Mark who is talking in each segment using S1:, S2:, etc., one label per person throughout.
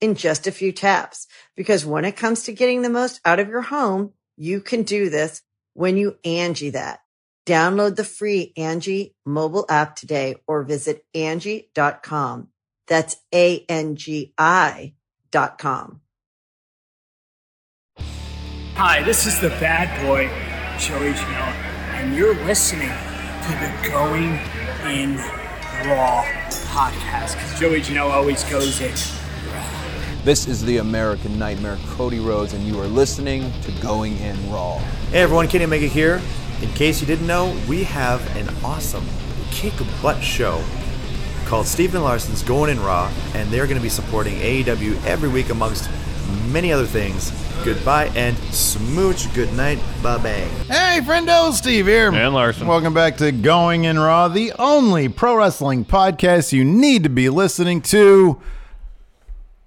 S1: in just a few taps. Because when it comes to getting the most out of your home, you can do this when you Angie that. Download the free Angie mobile app today or visit Angie.com. That's A-N-G-I dot com.
S2: Hi, this is the bad boy, Joey Janela, and you're listening to the Going In Raw podcast because Joey Janela always goes in.
S3: This is the American Nightmare, Cody Rhodes, and you are listening to Going In Raw.
S4: Hey everyone, Kenny Omega here. In case you didn't know, we have an awesome kick butt show called Stephen Larson's Going in Raw, and they're going to be supporting AEW every week amongst many other things. Goodbye and smooch. Good night. Bye bang.
S5: Hey, friendo, Steve here.
S6: And Larson.
S5: Welcome back to Going in Raw, the only pro wrestling podcast you need to be listening to.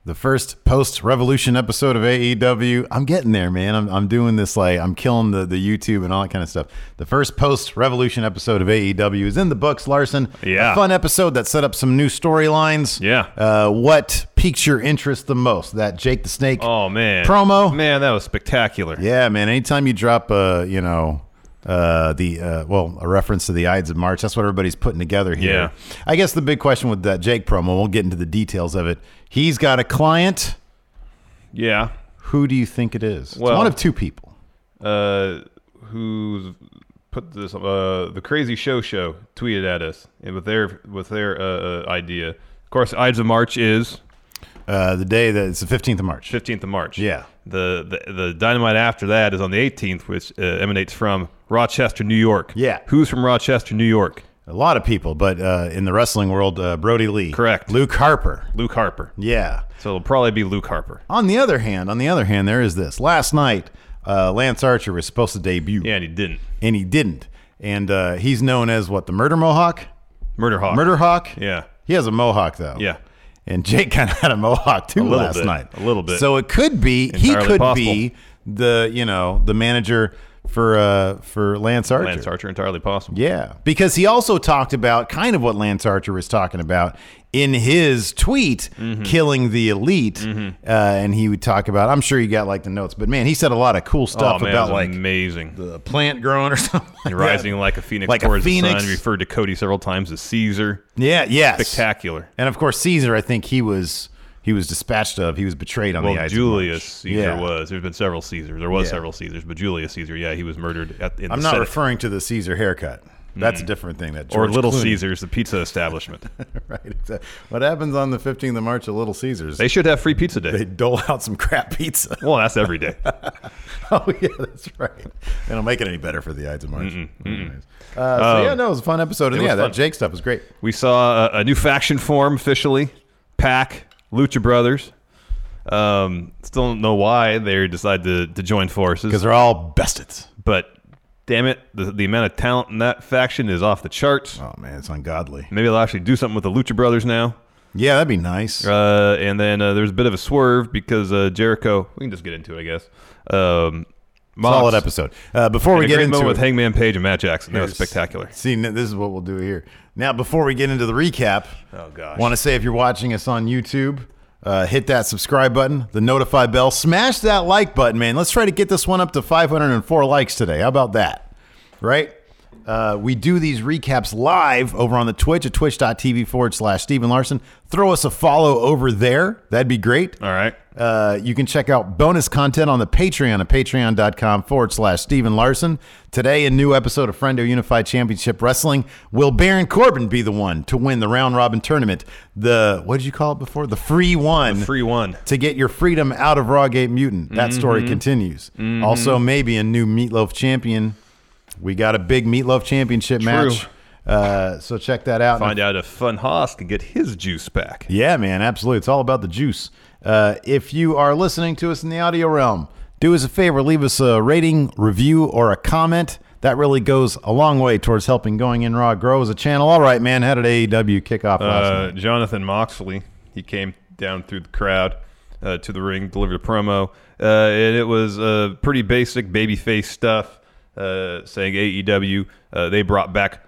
S5: The first post revolution episode of AEW. I'm getting there, man. I'm, I'm doing this like I'm killing the, the YouTube and all that kind of stuff. The first post revolution episode of AEW is in the books, Larson.
S6: Yeah.
S5: A fun episode that set up some new storylines.
S6: Yeah.
S5: Uh, what piques your interest the most? That Jake the Snake
S6: Oh man.
S5: promo?
S6: Man, that was spectacular.
S5: Yeah, man. Anytime you drop a, you know, uh, the uh, well, a reference to the Ides of March. That's what everybody's putting together here.
S6: Yeah.
S5: I guess the big question with that Jake promo. We'll get into the details of it. He's got a client.
S6: Yeah.
S5: Who do you think it is? It's
S6: Well-
S5: one of two people.
S6: Uh, who's put this? Uh, the Crazy Show Show tweeted at us and with their with their uh, uh, idea. Of course, Ides of March is
S5: Uh, the day that it's the fifteenth of March.
S6: fifteenth of March.
S5: Yeah.
S6: The, the the dynamite after that is on the eighteenth, which uh, emanates from Rochester, New York.
S5: Yeah.
S6: Who's from Rochester, New York?
S5: A lot of people, but uh, in the wrestling world, uh, Brody Lee,
S6: Correct.
S5: Luke Harper.
S6: Luke Harper.
S5: Yeah.
S6: So it'll probably be Luke Harper.
S5: On the other hand, on the other hand, there is this. Last night, uh, Lance Archer was supposed to debut,
S6: Yeah, and he didn't.
S5: and he didn't. And uh, he's known as what the Murder Mohawk.
S6: Murder Hawk.
S5: Murder Hawk.
S6: Yeah.
S5: He has a mohawk though.
S6: Yeah.
S5: And Jake kind of had a mohawk too
S6: little
S5: last
S6: bit.
S5: night.
S6: A little bit.
S5: So it could be he
S6: Entirely
S5: could
S6: possible.
S5: be the you know the manager for uh for Lance Archer.
S6: Lance Archer, entirely possible.
S5: Yeah, because he also talked about kind of what Lance Archer was talking about in his tweet,
S6: Mm-hmm.
S5: killing the elite, uh, and he would talk about. I'm sure you got like the notes, but man, he said a lot of cool
S6: Oh
S5: stuff
S6: man,
S5: about
S6: it was
S5: like
S6: amazing.
S5: the plant growing or something. Like
S6: And
S5: that.
S6: rising like a phoenix
S5: Like a
S6: towards the
S5: phoenix.
S6: sun. Referred to Cody several times as Caesar.
S5: Yeah, yes,
S6: Spectacular.
S5: And of course, Caesar, I think he was he was dispatched of. He was betrayed on the
S6: Well,
S5: ice.
S6: Julius Caesar
S5: Yeah.
S6: was. There's been several Caesars. There was
S5: Yeah.
S6: several Caesars, but Julius Caesar, yeah, he was murdered at, in
S5: I'm
S6: the
S5: not
S6: Senate.
S5: referring to the Caesar haircut. That's a different thing. That
S6: Mm. or
S5: George
S6: Little
S5: Clooney-
S6: Caesars, the pizza establishment.
S5: right? Exactly. What happens on the 15th of March at Little Caesars?
S6: they should have free pizza
S5: they
S6: day.
S5: dole out some crap pizza.
S6: Well, that's every day.
S5: oh yeah, that's right. They don't make it any better for the Ides of March. Anyways. Uh, so yeah, no, it was a fun episode, and
S6: Um, was
S5: yeah,
S6: fun.
S5: that Jake stuff was great.
S6: We saw a, a new faction form officially. Pack, Lucha Brothers. Um, still don't know why they decided to, to join
S5: Because
S6: forces,
S5: they're all bested.
S6: but damn it, the, the amount of talent in that faction is off the charts.
S5: Oh man, it's ungodly.
S6: Maybe they'll actually do something with the Lucha Brothers now.
S5: Yeah, that'd be nice.
S6: Uh, and then uh, there's a bit of a swerve because uh, Jericho. We can just get into it, I guess. Um, Mox,
S5: Solid episode. Uh, before
S6: and
S5: we
S6: a
S5: get
S6: great
S5: into
S6: moment with
S5: it,
S6: Hangman Page and Matt Jackson. That was
S5: Here's-
S6: spectacular.
S5: See, n- this is what we'll do here. Now, before we get into the recap,
S6: Oh, gosh.
S5: want to say if you're watching us on YouTube, uh, hit that subscribe button, the notify bell, smash that like button, man. Let's try to get this one up to 504 likes today. How about that? Right? Uh, we do these recaps live over on the Twitch at twitch.tv forward slash Stephen Larson. Throw us a follow over there. That'd be great.
S6: All right.
S5: Uh, you can check out bonus content on the Patreon at patreon.com forward slash Steven Larson. Today, a new episode of Friendo Unified Championship Wrestling. Will Baron Corbin be the one to win the round robin tournament? The, what did you call it before? The free one.
S6: Free one.
S5: to get your freedom out of Rawgate Mutant. That story continues. Also, maybe a new Meatloaf champion. We got a big Meatloaf championship match. Uh, so check that out.
S6: Find out if Fun Haas can get his juice back.
S5: Yeah, man, absolutely. It's all about the juice. Uh, if you are listening to us in the audio realm, do us a favor, leave us a rating, review, or a comment. That really goes a long way towards helping Going In Raw grow as a channel. All right, man, how did AEW kick off E last night?
S6: Uh, Jonathan Moxley, he came down through the crowd uh, to the ring, delivered a promo, uh, and it was uh, pretty basic babyface stuff, uh, saying AEW uh, they brought back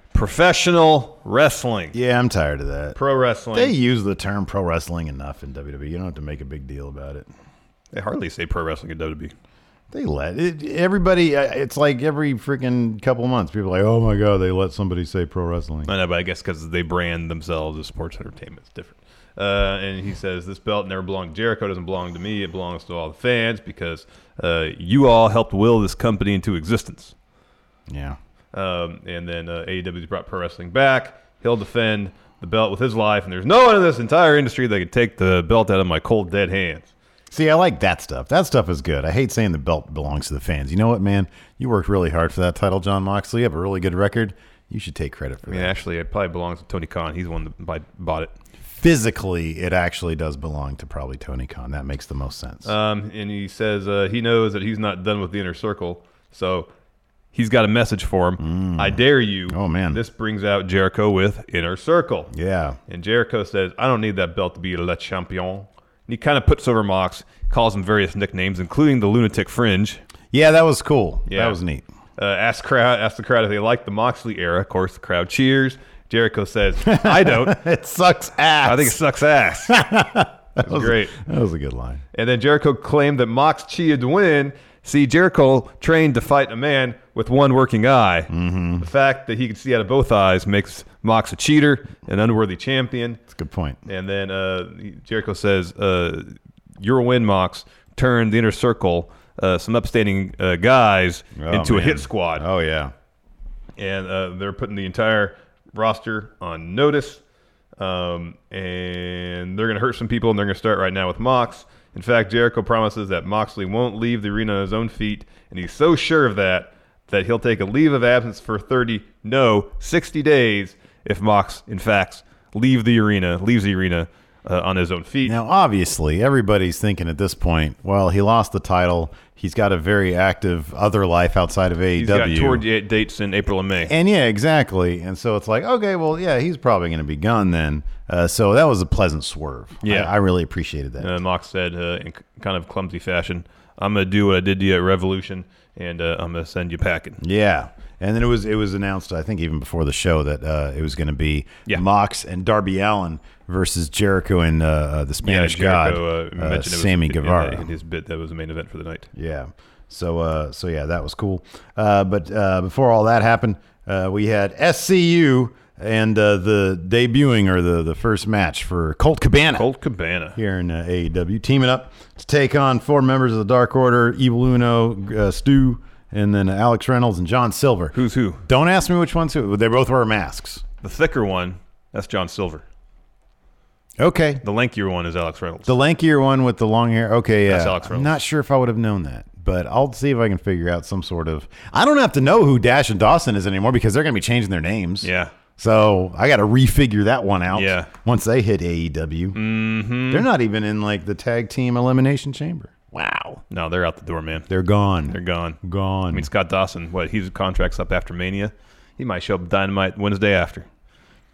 S6: professional wrestling,
S5: Yeah, I'm tired of that.
S6: pro wrestling.
S5: They use the term pro wrestling enough in WWE. You don't have to make a big deal about it.
S6: They hardly say pro wrestling in E. WWE.
S5: They let it, everybody. uh, It's like every freaking couple months, people are like, oh my god, they let somebody say pro wrestling.
S6: I know, but I guess because they brand themselves as sports entertainment, it's different. Uh, and he says, "This belt never belonged to Jericho. Doesn't belong to me. It belongs to all the fans because uh, you all helped will this company into existence."
S5: Yeah,
S6: Um, and then uh, AEW's brought pro wrestling back. He'll defend the belt with his life, and there's no one in this entire industry that can take the belt out of my cold dead hands.
S5: See, I like that stuff. That stuff is good. I hate saying the belt belongs to the fans. You know what, man? You worked really hard for that title, John Moxley. You have a really good record. You should take credit for
S6: I mean,
S5: that.
S6: actually, it probably belongs to Tony Khan. He's the one that buy- bought it.
S5: Physically, it actually does belong to probably Tony Khan. That makes the most sense.
S6: Um, and he says uh, he knows that he's not done with the inner circle, so he's got a message for him. I dare you.
S5: Oh, man.
S6: This brings out Jericho with inner circle.
S5: yeah.
S6: And Jericho says, "I don't need that belt to be le champion." And he kind of puts over Mox, calls him various nicknames, including the lunatic fringe.
S5: Yeah, that was cool.
S6: Yeah.
S5: That was neat.
S6: Uh, ask crowd, ask the crowd if they like the Moxley era. Of course, the crowd cheers. Jericho says, "I don't.
S5: It sucks ass.
S6: I think it sucks ass." It was great.
S5: that was a good line.
S6: And then Jericho claimed that Mox cheated to win. See, Jericho trained to fight a man with one working eye.
S5: Mm-hmm.
S6: The fact that he could see out of both eyes makes Mox a cheater, an unworthy champion.
S5: That's a good point.
S6: And then uh, Jericho says, uh, "Your win, Mox. Turn the inner circle, uh, some upstanding uh, guys,
S5: Oh,
S6: into a
S5: man.
S6: hit squad."
S5: Oh yeah.
S6: and uh, they're putting the entire roster on notice. Um, and they're going to hurt some people, and they're going to start right now with Mox. In fact, Jericho promises that Moxley won't leave the arena on his own feet, and he's so sure of that that he'll take a leave of absence for 30, no, 60 days if Mox, in fact, leave the arena, leaves the arena uh, on his own feet.
S5: Now, obviously, everybody's thinking at this point, well, he lost the title. He's got a very active other life outside of E AEW.
S6: he's got tour da- dates in April and May.
S5: And yeah, exactly. And so it's like, okay, well, yeah, he's probably going to be gone then. Uh, so that was a pleasant swerve.
S6: Yeah.
S5: I, I really appreciated that.
S6: Uh, Mox said uh, in k- kind of clumsy fashion, "I'm gonna do what I did to you at Revolution, and uh, I'm gonna send you packing."
S5: Yeah. And then it was it was announced, I think, even before the show that uh, it was going to be
S6: Yeah.
S5: Mox and Darby Allen versus Jericho and uh, uh, the Spanish
S6: Jericho,
S5: God, uh,
S6: mentioned it was
S5: Sammy
S6: in- in-
S5: Guevara.
S6: in his bit that was the main event for the night.
S5: Yeah. So uh, so yeah, that was cool. Uh, but uh, before all that happened, uh, we had SCU and uh, the debuting or the the first match for Colt Cabana
S6: Colt Cabana.
S5: here in uh, AEW, teaming up to take on four members of the Dark Order: Evil Uno, uh, Stu, and then uh, Alex Reynolds and John Silver.
S6: Who's who?
S5: Don't ask me which one's who. They both wear masks.
S6: The thicker one, that's John Silver.
S5: Okay.
S6: The lankier one is Alex Reynolds.
S5: The lankier one with the long hair. Okay, yeah.
S6: That's Alex
S5: I'm
S6: Reynolds.
S5: not sure if I would have known that, but I'll see if I can figure out some sort of. I don't have to know who Dash and Dawson is anymore because they're going to be changing their names.
S6: yeah,
S5: So I got to refigure that one out.
S6: Yeah.
S5: Once they hit AEW, mm-hmm. they're not even in like the tag team elimination chamber. Wow.
S6: no, they're out the door, man.
S5: They're gone.
S6: They're gone.
S5: gone.
S6: I mean, Scott Dawson. What? His contract's up after Mania. He might show up Dynamite Wednesday after.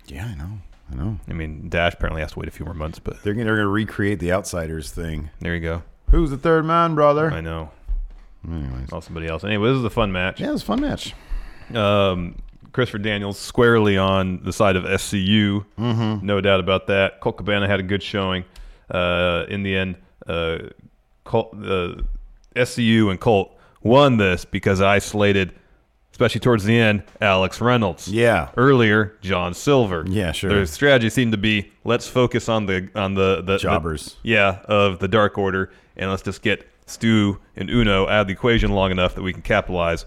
S5: yeah, I know. I know.
S6: I mean, Dash apparently has to wait a few more months, but
S5: They're going to recreate the Outsiders thing.
S6: there you go.
S5: Who's the third man, brother?
S6: I know. Anyways. Oh, somebody else. Anyway, this is a fun match.
S5: Yeah, it was a fun match.
S6: um, Christopher Daniels squarely on the side of SCU. Mm-hmm. No doubt about that. Colt Cabana had a good showing. Uh, in the end, uh, Colt, uh, SCU and Colt won this because I slated, especially towards the end, Alex Reynolds.
S5: Yeah.
S6: Earlier, John Silver.
S5: Yeah, sure.
S6: Their strategy seemed to be let's focus on the on the, the the-
S5: Jobbers.
S6: yeah, of the Dark Order and let's just get Stu and Uno out of the equation long enough that we can capitalize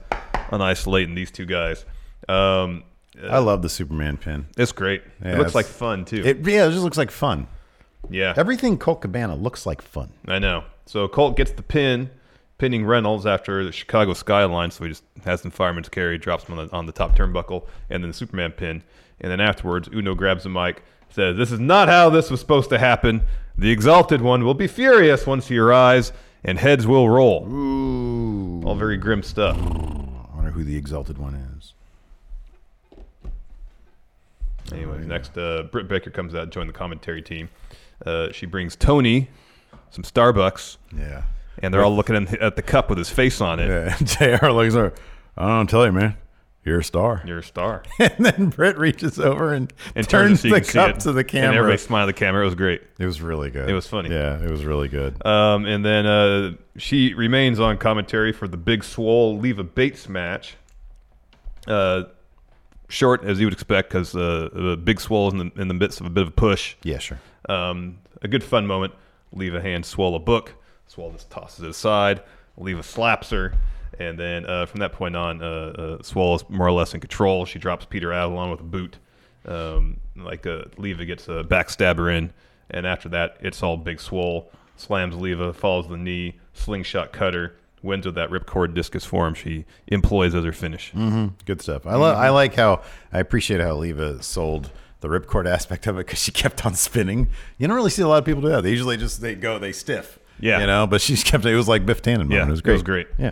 S6: on isolating these two guys. Um,
S5: I love the Superman pin.
S6: it's great.
S5: Yeah,
S6: it looks
S5: it's-
S6: like fun too.
S5: It yeah, it just looks like fun.
S6: yeah,
S5: Everything Colt Cabana looks like fun.
S6: I know. So Colt gets the pin, pinning Reynolds after the Chicago skyline. So he just has some fireman's carry, drops him on the, on the top turnbuckle, and then the Superman pin. And then afterwards, Uno grabs the mic, says, "This is not how this was supposed to happen. The Exalted One will be furious once he arrives, and heads will roll." All very grim stuff.
S5: I wonder who the exalted one is.
S6: Anyways, next, uh, Britt Baker comes out to join the commentary team. Uh, she brings Tony some Starbucks,
S5: Yeah.
S6: and they're all looking in- at the cup with his face on it.
S5: Yeah. JR looks over. I don't know, tell you, man. You're a star.
S6: You're a star.
S5: And then Britt reaches over and,
S6: and
S5: turns,
S6: turns, so you
S5: the
S6: can see
S5: cup
S6: it.
S5: to the
S6: And
S5: camera.
S6: everybody smiled at the camera. It was great.
S5: It was really good.
S6: It was funny.
S5: Yeah, it was really good.
S6: Um, and then uh, she remains on commentary for the Big Swole Leva Bates match. Uh, short, as you would expect, because uh, the Big Swole is in the, in the midst of a bit of a push.
S5: yeah, sure.
S6: Um, a good fun moment. Leva hands Swole a book. Swole just tosses it aside. Leva slaps her. And then uh, from that point on, uh, uh, Swole is more or less in control. She drops Peter out along with a boot. Um, like uh, Leva gets a backstabber in. And after that, it's all Big Swole. Slams Leva, follows the knee, slingshot cutter, wins with that ripcord discus form she employs as her finish.
S5: Good stuff. I,
S6: Mm-hmm.
S5: lo- I like how I appreciate how Leva sold the ripcord aspect of it because she kept on spinning. You don't really see a lot of people do that. They usually just they go they stiff.
S6: Yeah.
S5: you know. But she just kept it was like Biff Tannen. moment.
S6: Yeah,
S5: it was
S6: it
S5: great.
S6: was great.
S5: Yeah,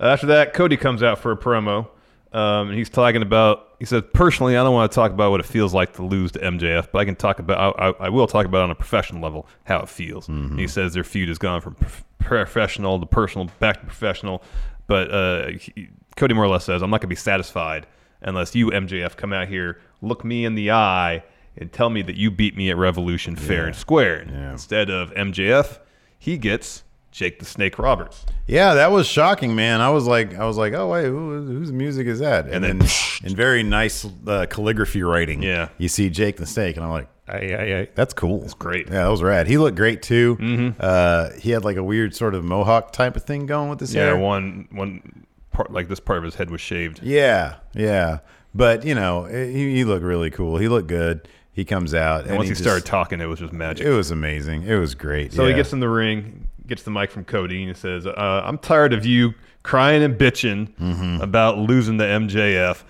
S6: Uh, After that, Cody comes out for a promo. Um, and he's talking about. He says, "Personally, I don't want to talk about what it feels like to lose to MJF, but I can talk about. I, I, I will talk about on a professional level how it feels."
S5: Mm-hmm.
S6: And he says their feud has gone from prof- professional to personal, back to professional. But uh, he, Cody more or less says, "I'm not going to be satisfied unless you MJF come out here, look me in the eye, and tell me that you beat me at Revolution fair and square."
S5: Yeah.
S6: Instead of MJF, he gets Jake the Snake Roberts.
S5: yeah. That was shocking, man. I was like, I was like, oh wait, who, whose music is that? And,
S6: then-
S5: then in very nice uh, calligraphy writing,
S6: Yeah.
S5: you see Jake the Snake, and I'm like. Aye, aye, aye. That's cool. That's
S6: great. Mm-hmm.
S5: Yeah, that was rad. He looked great too. Uh, he had like a weird sort of mohawk type of thing going with his
S6: Yeah,
S5: hair.
S6: one one part like this part of his head was shaved.
S5: Yeah, yeah. But you know, he, he looked really cool. He looked good. He comes out, and,
S6: and once he,
S5: just-
S6: started talking, it was just magic.
S5: it was amazing. It was great.
S6: so he
S5: yeah.
S6: gets in the ring, gets the mic from Cody, and he says, uh, "I'm tired of you crying and bitching
S5: Mm-hmm.
S6: about losing to MJF."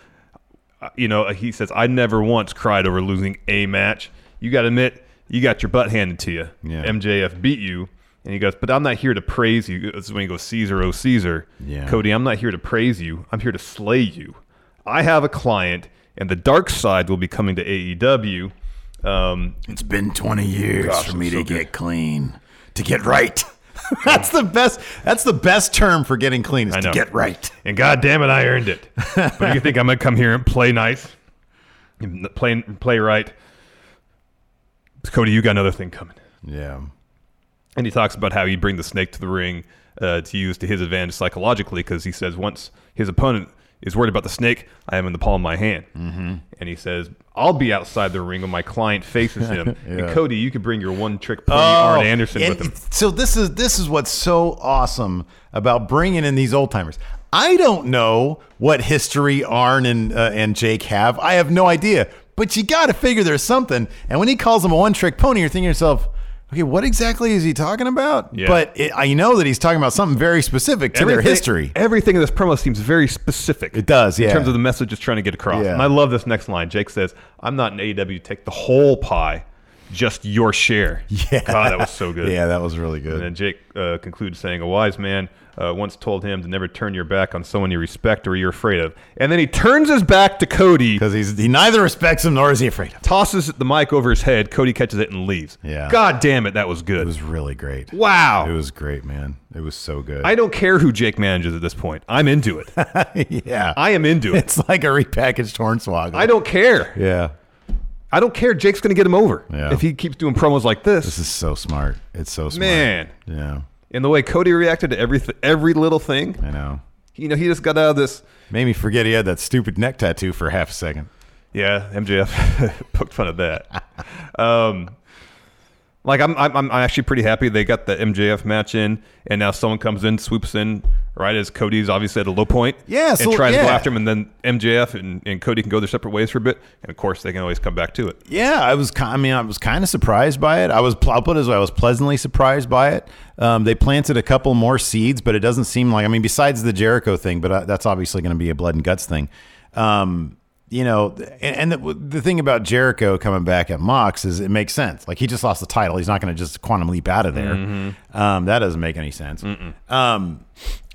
S6: Uh, You know, he says, "I never once cried over losing a match. You got to admit, you got your butt handed to you.
S5: Yeah.
S6: MJF beat you." And he goes, "But I'm not here to praise you." This is when he goes, "Caesar, oh Caesar,
S5: Yeah.
S6: Cody." Cody, I'm not here to praise you. I'm here to slay you. I have a client, and the dark side will be coming to AEW. Um,
S5: It's been twenty years for me to get clean, to get right. that's the best. That's the best term for getting clean is
S6: I
S5: to
S6: know.
S5: get right.
S6: and God damn it, I earned it. but you think I'm gonna come here and play nice, and play play right? Cody, you got another thing coming.
S5: Yeah.
S6: And he talks about how he'd bring the snake to the ring uh, to use to his advantage psychologically because he says once his opponent is worried about the snake, I am in the palm of my hand. Mm-hmm. And he says, I'll be outside the ring when my client faces him. And
S5: Yeah.
S6: Cody, you could bring your one trick pony, Arn Anderson,
S5: Oh, and
S6: with him.
S5: So this is this is what's so awesome about bringing in these old timers. I don't know what history Arn and uh, and Jake have. I have no idea. But you got to figure there's something. And when he calls him a one trick pony, you're thinking to yourself, okay, what exactly is he talking about?
S6: Yeah.
S5: But it, I know that he's talking about something very specific to their
S6: Everything-
S5: history.
S6: Everything in this promo seems very specific.
S5: It does,
S6: In
S5: yeah.
S6: terms of the message it's trying to get across.
S5: Yeah.
S6: And I love this next line. Jake says, I'm not an AEW, take the whole pie, just your share. Yeah. God, that was so good.
S5: Yeah, that was really good.
S6: And then Jake uh, concludes saying, A wise man uh, once told him to never turn your back on someone you respect or you're afraid of. And then he turns his back to Cody,
S5: because he's he neither respects him nor is he afraid of. him.
S6: tosses the mic over his head. Cody catches it and leaves.
S5: Yeah.
S6: God damn it, that was good.
S5: It was really great.
S6: wow.
S5: It was great, man. It was so good.
S6: I don't care who Jake manages at this point. I'm into it.
S5: yeah,
S6: I am into it.
S5: it's like a repackaged Hornswoggle.
S6: I don't care.
S5: Yeah.
S6: I don't care. Jake's going to get him over
S5: Yeah.
S6: if he keeps doing promos like this.
S5: This is so smart. It's so smart.
S6: Man.
S5: Yeah.
S6: And the way Cody reacted to every, every little thing,
S5: I know.
S6: you know, he just got out of this.
S5: Made me forget he had that stupid neck tattoo for half a second.
S6: Yeah, MJF poked fun of that. Um, Like I'm, I'm, I'm actually pretty happy they got the MJF match in, and now someone comes in, swoops in right as Cody's obviously at a low point,
S5: Yeah, so-
S6: and tries to go
S5: yeah.
S6: after him, and then MJF and, and Cody can go their separate ways for a bit, and of course they can always come back to it.
S5: Yeah, I was. ki- I mean, I was kind of surprised by it. I was. I'll put it as I was pleasantly surprised by it. Um, they planted a couple more seeds, but it doesn't seem like. I mean, besides the Jericho thing, but uh, that's obviously going to be a blood and guts thing. Um, you know, th- and, and the, the thing about Jericho coming back at Mox is it makes sense. Like he just lost the title. He's not going to just quantum leap out of there. Um, that doesn't make any sense. Um,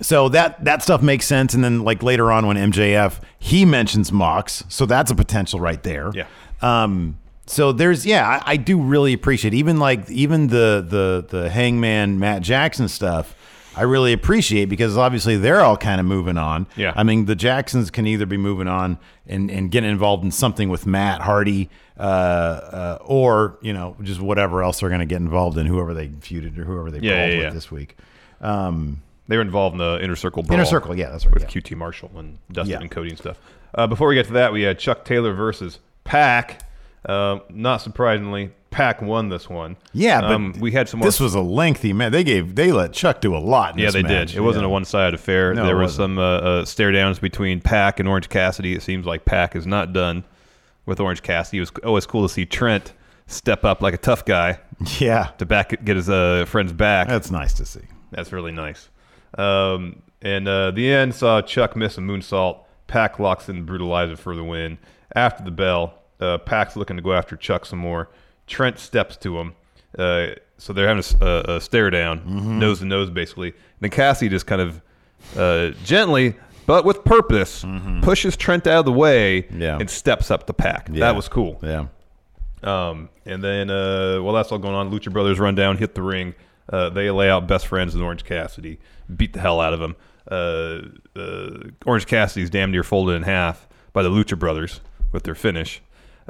S5: so that that stuff makes sense. And then like later on when MJF he mentions Mox, so that's a potential right there.
S6: Yeah.
S5: Um, so there's yeah, I, I do really appreciate even like even the the the Hangman Matt Jackson stuff. I really appreciate because obviously they're all kind of moving on.
S6: Yeah.
S5: I mean the Jacksons can either be moving on and and getting involved in something with Matt Hardy, uh, uh, or you know just whatever else they're going to get involved in, whoever they feuded or whoever they
S6: Yeah,
S5: brawled
S6: yeah,
S5: with
S6: yeah.
S5: this week.
S6: They were involved in the inner circle brawl.
S5: Inner Circle, yeah, that's right,
S6: With
S5: yeah.
S6: QT Marshall and Dustin
S5: Yeah.
S6: and Cody and stuff. Uh, before we get to that, we had Chuck Taylor versus Pack. Uh, not surprisingly, Pack won this one.
S5: Yeah, but
S6: um, we had some more.
S5: This was a lengthy man. They gave they let Chuck do a lot. In
S6: yeah,
S5: this
S6: they
S5: match.
S6: did. It wasn't
S5: Yeah.
S6: a one-sided affair.
S5: No,
S6: there
S5: it
S6: were
S5: wasn't.
S6: some uh, uh, stare downs between Pack and Orange Cassidy. It seems like Pack is not done with Orange Cassidy. It was always cool to see Trent step up like a tough guy
S5: Yeah,
S6: to back get his uh, friends back.
S5: that's nice to see.
S6: That's really nice. Um, and uh, the end saw Chuck miss a moonsault. Pack locks in the brutalizer for the win. After the bell, uh, Pack's looking to go after Chuck some more. Trent steps to him. Uh, so they're having a s- a, a stare down,
S5: Mm-hmm.
S6: nose to nose, basically. And then Cassie just kind of uh, gently, but with purpose, pushes Trent out of the way
S5: Mm-hmm. Yeah.
S6: and steps up to Pack.
S5: Yeah.
S6: That was cool.
S5: Yeah.
S6: Um, and then, uh, well, that's all going on. Lucha Brothers run down, hit the ring. Uh, they lay out best friends in Orange Cassidy, beat the hell out of him. Uh, uh, Orange Cassidy's damn near folded in half by the Lucha Brothers with their finish.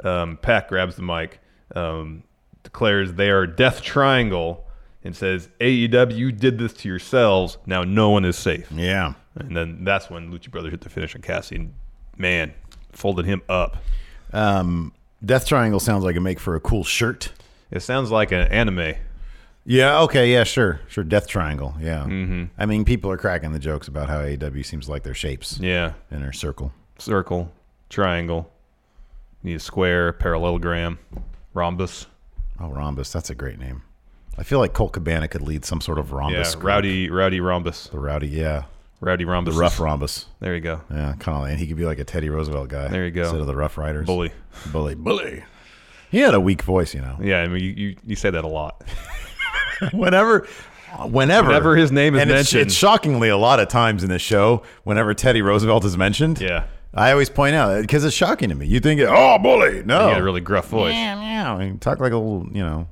S6: Um, Pac grabs the mic, um, declares they are Death Triangle, and says, AEW, you did this to yourselves. Now no one is safe.
S5: Yeah.
S6: And then that's when Lucha Brothers hit the finish on Cassidy. And man, folded him up.
S5: Um, Death Triangle sounds like it make for a cool shirt.
S6: It sounds like an anime.
S5: Yeah. Okay. Yeah. Sure. Sure. Death Triangle. Yeah. Mm-hmm. I mean, people are cracking the jokes about how AEW seems like their shapes
S6: Yeah.
S5: in their circle.
S6: circle, triangle. You need a square, parallelogram, rhombus.
S5: Oh, Rhombus. That's a great name. I feel like Colt Cabana could lead some sort of
S6: Yeah,
S5: rhombus. group.
S6: rowdy, rowdy rhombus,
S5: The rowdy. Yeah.
S6: rowdy rhombus,
S5: The rough rhombus.
S6: There you go.
S5: Yeah. Kind of. And he could be like a Teddy Roosevelt guy.
S6: There you go.
S5: Instead of the Rough Riders.
S6: Bully.
S5: Bully. Bully. He had a weak voice, you know.
S6: Yeah, I mean, you, you, you say that a lot.
S5: whenever whenever
S6: Whenever his name is
S5: and it's-
S6: mentioned.
S5: it's, shockingly a lot of times in this show whenever teddy roosevelt is mentioned
S6: Yeah.
S5: i always point out because it's shocking to me you think oh bully no
S6: You got a really gruff voice.
S5: yeah, yeah. I mean, talk like a little you know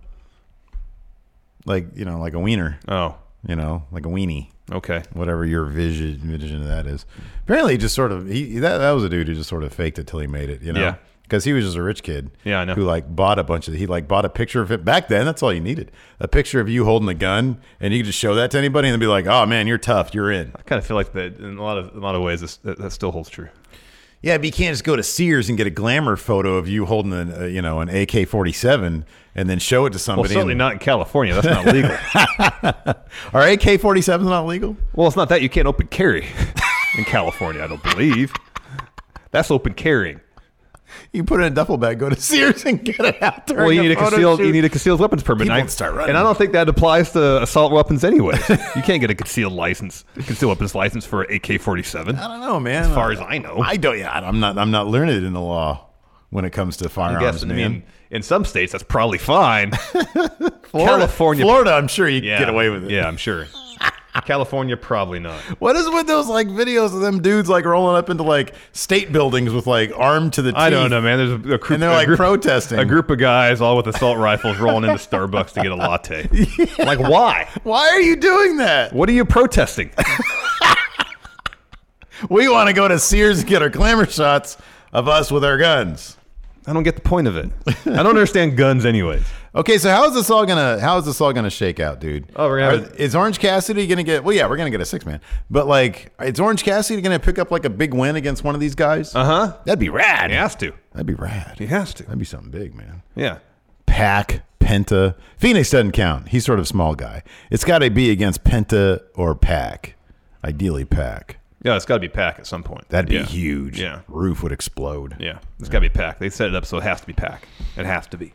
S5: like you know like a wiener
S6: Oh,
S5: you know like a weenie
S6: okay.
S5: whatever your vision vision of that is apparently he just sort of he that, that was a dude who just sort of faked it till he made it you know
S6: Yeah.
S5: Because he was just a rich kid,
S6: Yeah, I know.
S5: Who like bought a bunch of he like bought a picture of it back then. That's all you needed a picture of you holding a gun, and you could just show that to anybody, and they'd be like, "Oh man, you're tough, you're in."
S6: I kind of feel like that in a lot of a lot of ways this, that, that still holds true.
S5: Yeah, but you can't just go to Sears and get a glamour photo of you holding an uh, you know an AK-47 and then show it to
S6: Well,
S5: somebody.
S6: certainly
S5: and-
S6: not in California. That's not legal.
S5: Are AK-47s not legal?
S6: well, it's not that you can't open carry in California. I don't believe. That's open carrying.
S5: You put it in a duffel bag, go to Sears and get it out.
S6: Well, you need a
S5: conceal.
S6: concealed you need a concealed weapons permit.
S5: People
S6: and I-
S5: would start running.
S6: And I don't think that applies to assault weapons anyway. you can't get a concealed license, concealed weapons license for an AK-47.
S5: I don't know, man.
S6: As far as I know.
S5: I don't. Yeah, I'm not. I'm not learned in the law when it comes to
S6: I
S5: firearms.
S6: guess I
S5: man.
S6: mean in some states that's probably fine.
S5: Florida,
S6: California,
S5: Florida. I'm sure you
S6: yeah,
S5: can get away with it.
S6: Yeah, I'm sure. California, probably not.
S5: What is with those like videos of them dudes like rolling up into like state buildings with like armed to the teeth?
S6: I don't know, man. There's a, a group,
S5: And they're
S6: a
S5: like
S6: group-
S5: protesting.
S6: a group of guys all with assault rifles rolling into Starbucks to get a latte. Like why?
S5: Why are you doing that?
S6: What are you protesting?
S5: We want to go to Sears and get our glamour shots of us with our guns.
S6: I don't get the point of it. I don't understand guns, anyways.
S5: Okay, so how is this all gonna how is this all gonna shake out, dude?
S6: Oh, we're gonna
S5: Are-
S6: have a-
S5: is Orange Cassidy gonna get? Well, yeah, we're gonna get a six man, but like, is Orange Cassidy gonna pick up like a big win against one of these guys? Uh
S6: huh.
S5: That'd be rad.
S6: He has to.
S5: That'd be rad.
S6: He has to.
S5: That'd be something big, man.
S6: Yeah.
S5: Pack. Penta. Phoenix doesn't count. He's sort of small guy. It's got to be against Penta or Pack. Ideally, Pack.
S6: Yeah, it's got to be Pack at some point.
S5: That'd be
S6: Yeah.
S5: huge.
S6: Yeah.
S5: Roof would explode.
S6: Yeah, it's got to be Pack. They set it up so it has to be Pack. It has to be.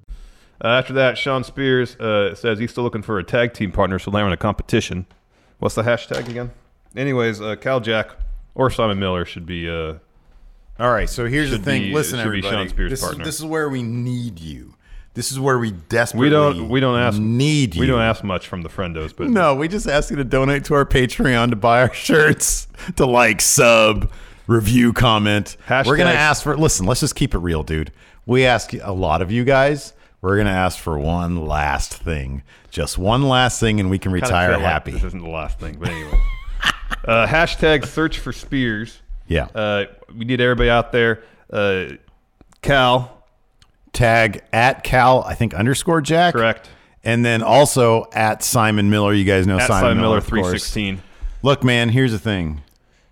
S6: Uh, after that, Sean Spears uh, says he's still looking for a tag team partner, so they're in a competition. What's the hashtag again? Anyways, uh, Cal Jack or Simon Miller should be. Uh,
S5: All right, so here's
S6: Should
S5: the thing.
S6: be- uh,
S5: Listen,
S6: should be
S5: everybody,
S6: Sean Spears'
S5: this,
S6: partner.
S5: Is, this is where we need you. This is where we desperately
S6: we don't. We don't ask.
S5: need you.
S6: We don't ask much from the friendos, but
S5: No, we just ask you to donate to our Patreon to buy our shirts, to like, sub, review, comment. We're gonna
S6: Hashtag-
S5: ask for. Listen, let's just keep it real, dude. We ask a lot of you guys. We're gonna ask for one last thing, just one last thing, and we can
S6: kinda
S5: retire
S6: feel like
S5: happy.
S6: this isn't the last thing, but anyway. uh, hashtag search for Spears.
S5: yeah.
S6: Uh, we need everybody out there. Uh, Cal,
S5: Tag at Cal, I think underscore Jack.
S6: correct.
S5: And then also at Simon Miller. You guys know
S6: At
S5: Simon,
S6: Simon Miller
S5: of course.
S6: three sixteen.
S5: Look, man, here's the thing.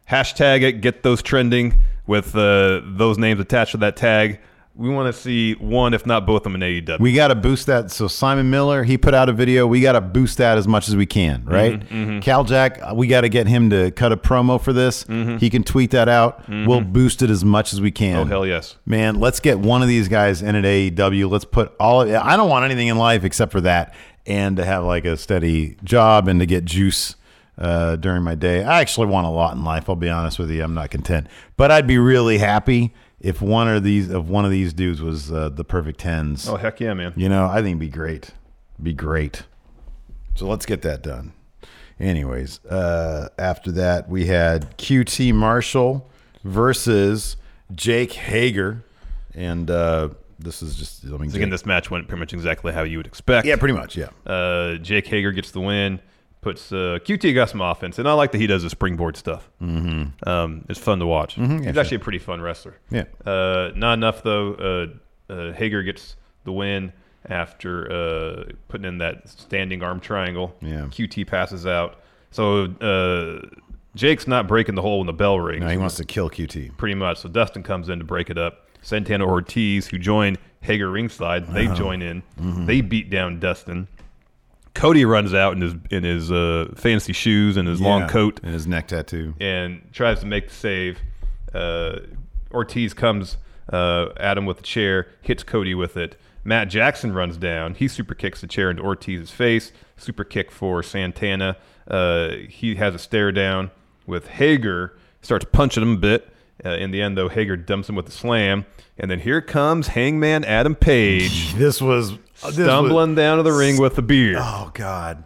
S6: hashtag it get those trending with uh, those names attached to that tag we want to see one if not both of them in E AEW
S5: We got to boost that. So Simon Miller, he put out a video. We got to boost that as much as we can,
S6: Mm-hmm,
S5: right? Cal Jack, uh, we got to get him to cut a promo for this. He can tweet that out. We'll boost it as much as we can.
S6: Mm-hmm. oh hell yes
S5: Man, let's get one of these guys in at AEW. Let's put all of I don't want anything in life except for that and to have like a steady job and to get juice uh, during my day. I actually want a lot in life, I'll be honest with you. I'm not content. But I'd be really happy if one of these of one of these dudes was uh, the perfect tens.
S6: oh heck yeah man
S5: You know, I think it'd be great. Be great. So let's get that done. Anyways, uh, after that, we had QT Marshall versus Jake Hager. And uh, this is just, I mean,
S6: again this match went pretty much exactly how you would expect
S5: yeah, pretty much. Yeah.
S6: uh, Jake Hager gets the win puts uh, QT got some offense and I like that he does the springboard stuff mm-hmm. um, it's fun to watch
S5: Mm-hmm.
S6: he's actually a pretty fun wrestler
S5: Yeah.
S6: uh, not enough though uh, uh, Hager gets the win after uh, putting in that standing arm triangle
S5: Yeah.
S6: QT passes out so uh, Jake's not breaking the hole when the bell rings
S5: No, he wants to kill QT.
S6: pretty much. So Dustin comes in to break it up. Santana Ortiz, who joined Hager ringside, they join in.
S5: Mm-hmm.
S6: They beat down Dustin. Cody runs out in his in his uh, fancy shoes and his long
S5: Yeah.
S6: coat
S5: and his neck tattoo.
S6: and tries to make the save. Uh, Ortiz comes Uh, Adam with the chair hits Cody with it. Matt Jackson runs down. He super kicks the chair into Ortiz's face. Super kick for Santana. Uh, he has a stare down with Hager. Starts punching him a bit. Uh, in the end, though, Hager dumps him with a slam. And then here comes Hangman Adam Page
S5: This was this was-
S6: stumbling down to the ring with the beer.
S5: Oh God,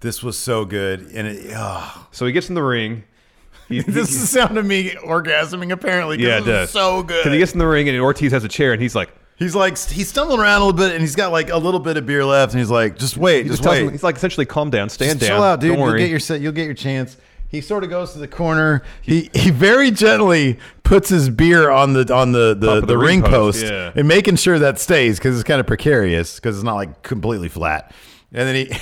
S5: this was so good, and it, oh.
S6: So he gets in the ring. He-
S5: this is the sound of me orgasming. Apparently, 'cause
S6: yeah,
S5: it was
S6: it does.
S5: So good.
S6: 'Cause he gets in the ring and Ortiz has a chair and he's like,
S5: he's like he's stumbling around a little bit, and he's got like a little bit of beer left, and he's like, just wait,
S6: he
S5: just
S6: just tells
S5: wait.
S6: him- he's like, essentially, calm down, stand
S5: Just
S6: down,
S5: Chill out, dude.
S6: don't
S5: You'll
S6: worry.
S5: get your set. You'll get your chance. He sort of goes to the corner. He he very gently puts his beer on the on the the,
S6: of
S5: the,
S6: the
S5: ring,
S6: ring
S5: post,
S6: post, yeah.
S5: and making sure that stays because it's kind of precarious because it's not like completely flat. And then he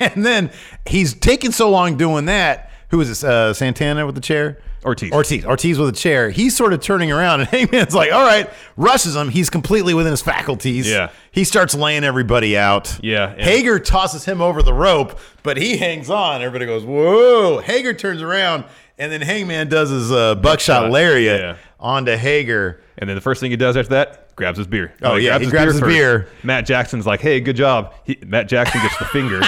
S5: and then he's taking so long doing that. Who is this? Uh, Santana with the chair.
S6: Ortiz.
S5: Ortiz. Ortiz with a chair. He's sort of turning around, and Hangman's like, "All right," rushes him. He's completely within his faculties.
S6: Yeah.
S5: He starts laying everybody out.
S6: Yeah, and-
S5: Hager tosses him over the rope, but he hangs on. Everybody goes, whoa. Hager turns around, and then Hangman does his uh, buckshot
S6: Buckshot,
S5: lariat
S6: yeah.
S5: onto Hager.
S6: And then the first thing he does after that, grabs his beer.
S5: Oh, yeah, he grabs his
S6: first.
S5: beer.
S6: Matt Jackson's like, hey, good job. He, Matt Jackson gets the finger.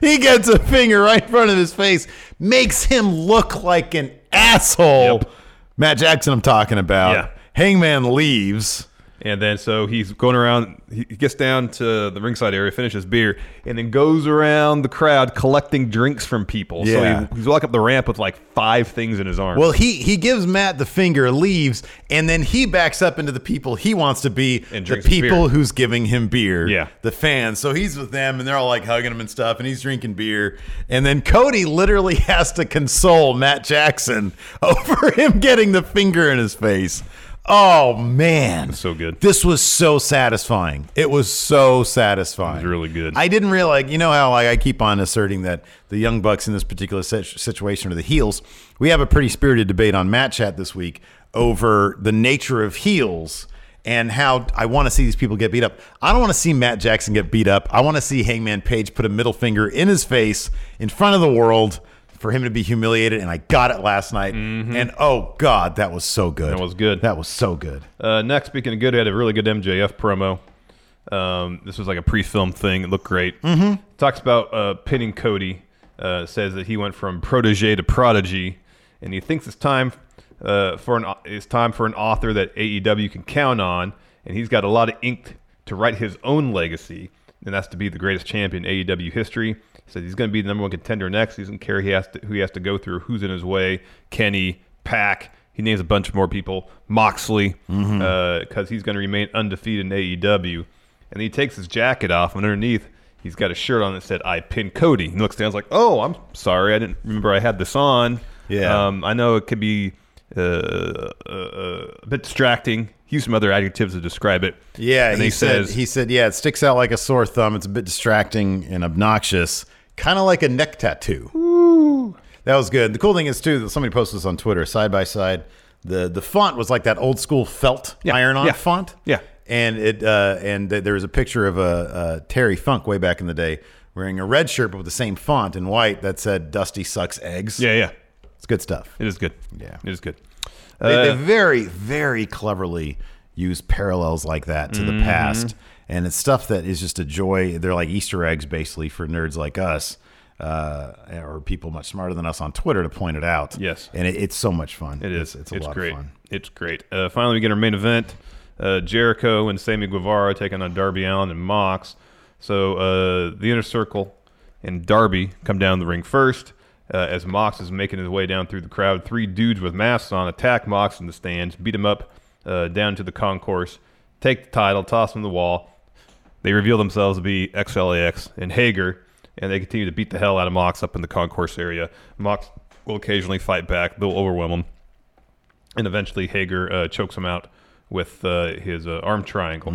S5: He gets a finger right in front of his face, makes him look like an asshole.
S6: Yep.
S5: Matt Jackson, I'm talking about.
S6: Yeah.
S5: Hangman leaves.
S6: And then so he's going around, he he gets down to the ringside area, finishes beer, and then goes around the crowd collecting drinks from people.
S5: Yeah.
S6: So he, he's walking up the ramp with like five things in his arm.
S5: Well, he he gives Matt the finger, leaves, and then he backs up into the people he wants to be, the
S6: And drinks his
S5: people
S6: beer.
S5: who's giving him beer,
S6: Yeah.
S5: the fans. So he's with them, and they're all like hugging him and stuff, and he's drinking beer, and then Cody literally has to console Matt Jackson over him getting the finger in his face. Oh man,
S6: so good.
S5: This was so satisfying. It was so satisfying.
S6: It was really good.
S5: I didn't realize, you know how like I keep on asserting that the young bucks in this particular sit- situation are the heels. We have a pretty spirited debate on Matt Chat this week over the nature of heels and how I want to see these people get beat up. I don't want to see Matt Jackson get beat up. I want to see Hangman Page put a middle finger in his face in front of the world for him to be humiliated and I got it last night. And oh god, that was so good.
S6: Mm-hmm. That was good.
S5: That was so good.
S6: Uh, next, speaking of good, I had a really good MJF promo. Um, this was like a pre-film thing. It looked great. Mm-hmm. Talks about uh, pinning Cody. Uh, says that he went from protege to prodigy, and he thinks it's time uh, for an it's time for an author that AEW can count on, and he's got a lot of ink to write his own legacy, and that's to be the greatest champion in AEW history. He says he's going to be the number one contender next. He doesn't care he has to, who he has to go through, who's in his way, Kenny, Pack. He names a bunch more people, Moxley, because he's going to remain undefeated in E AEW. And he takes his jacket off, and underneath, he's got a shirt on that said, I pin Cody. He looks down, he's like, Oh, I'm sorry. I didn't remember I had this on.
S5: Yeah.
S6: Um, I know it could be uh, uh, uh, a bit distracting. Use some other adjectives to describe it.
S5: Yeah,
S6: And
S5: he,
S6: he
S5: said
S6: says-
S5: he said, yeah, it sticks out like a sore thumb. It's a bit distracting and obnoxious, kind of like a neck tattoo. That was good. The cool thing is too that somebody posted this on Twitter side by side. The the font was like that old school felt
S6: Yeah,
S5: iron on
S6: yeah,
S5: font.
S6: yeah.
S5: And it uh, and th- there was a picture of a uh, Terry Funk way back in the day wearing a red shirt but with the same font in white that said "Dusty sucks eggs."
S6: Yeah, yeah.
S5: it's good stuff.
S6: It is good.
S5: Yeah.
S6: It is good. Uh,
S5: They, they very, very cleverly use parallels like that to
S6: Mm-hmm.
S5: the past. And it's stuff that is just a joy. They're like Easter eggs, basically, for nerds like us uh, or people much smarter than us on Twitter to point it out.
S6: Yes.
S5: And it, it's so much fun.
S6: It is.
S5: It's, it's a lot
S6: great.
S5: of fun.
S6: It's great. Uh, finally, we get our main event: uh, Jericho and Sammy Guevara taking on Darby Allen and Mox. So uh, the inner circle and Darby come down the ring first. Uh, as Mox is making his way down through the crowd, three dudes with masks on attack Mox in the stands, beat him up uh, down to the concourse, take the title, toss him to the wall. They reveal themselves to be XLAX and Hager, and they continue to beat the hell out of Mox up in the concourse area. Mox will occasionally fight back, they'll overwhelm him and eventually Hager uh, chokes him out with uh, his uh, arm triangle.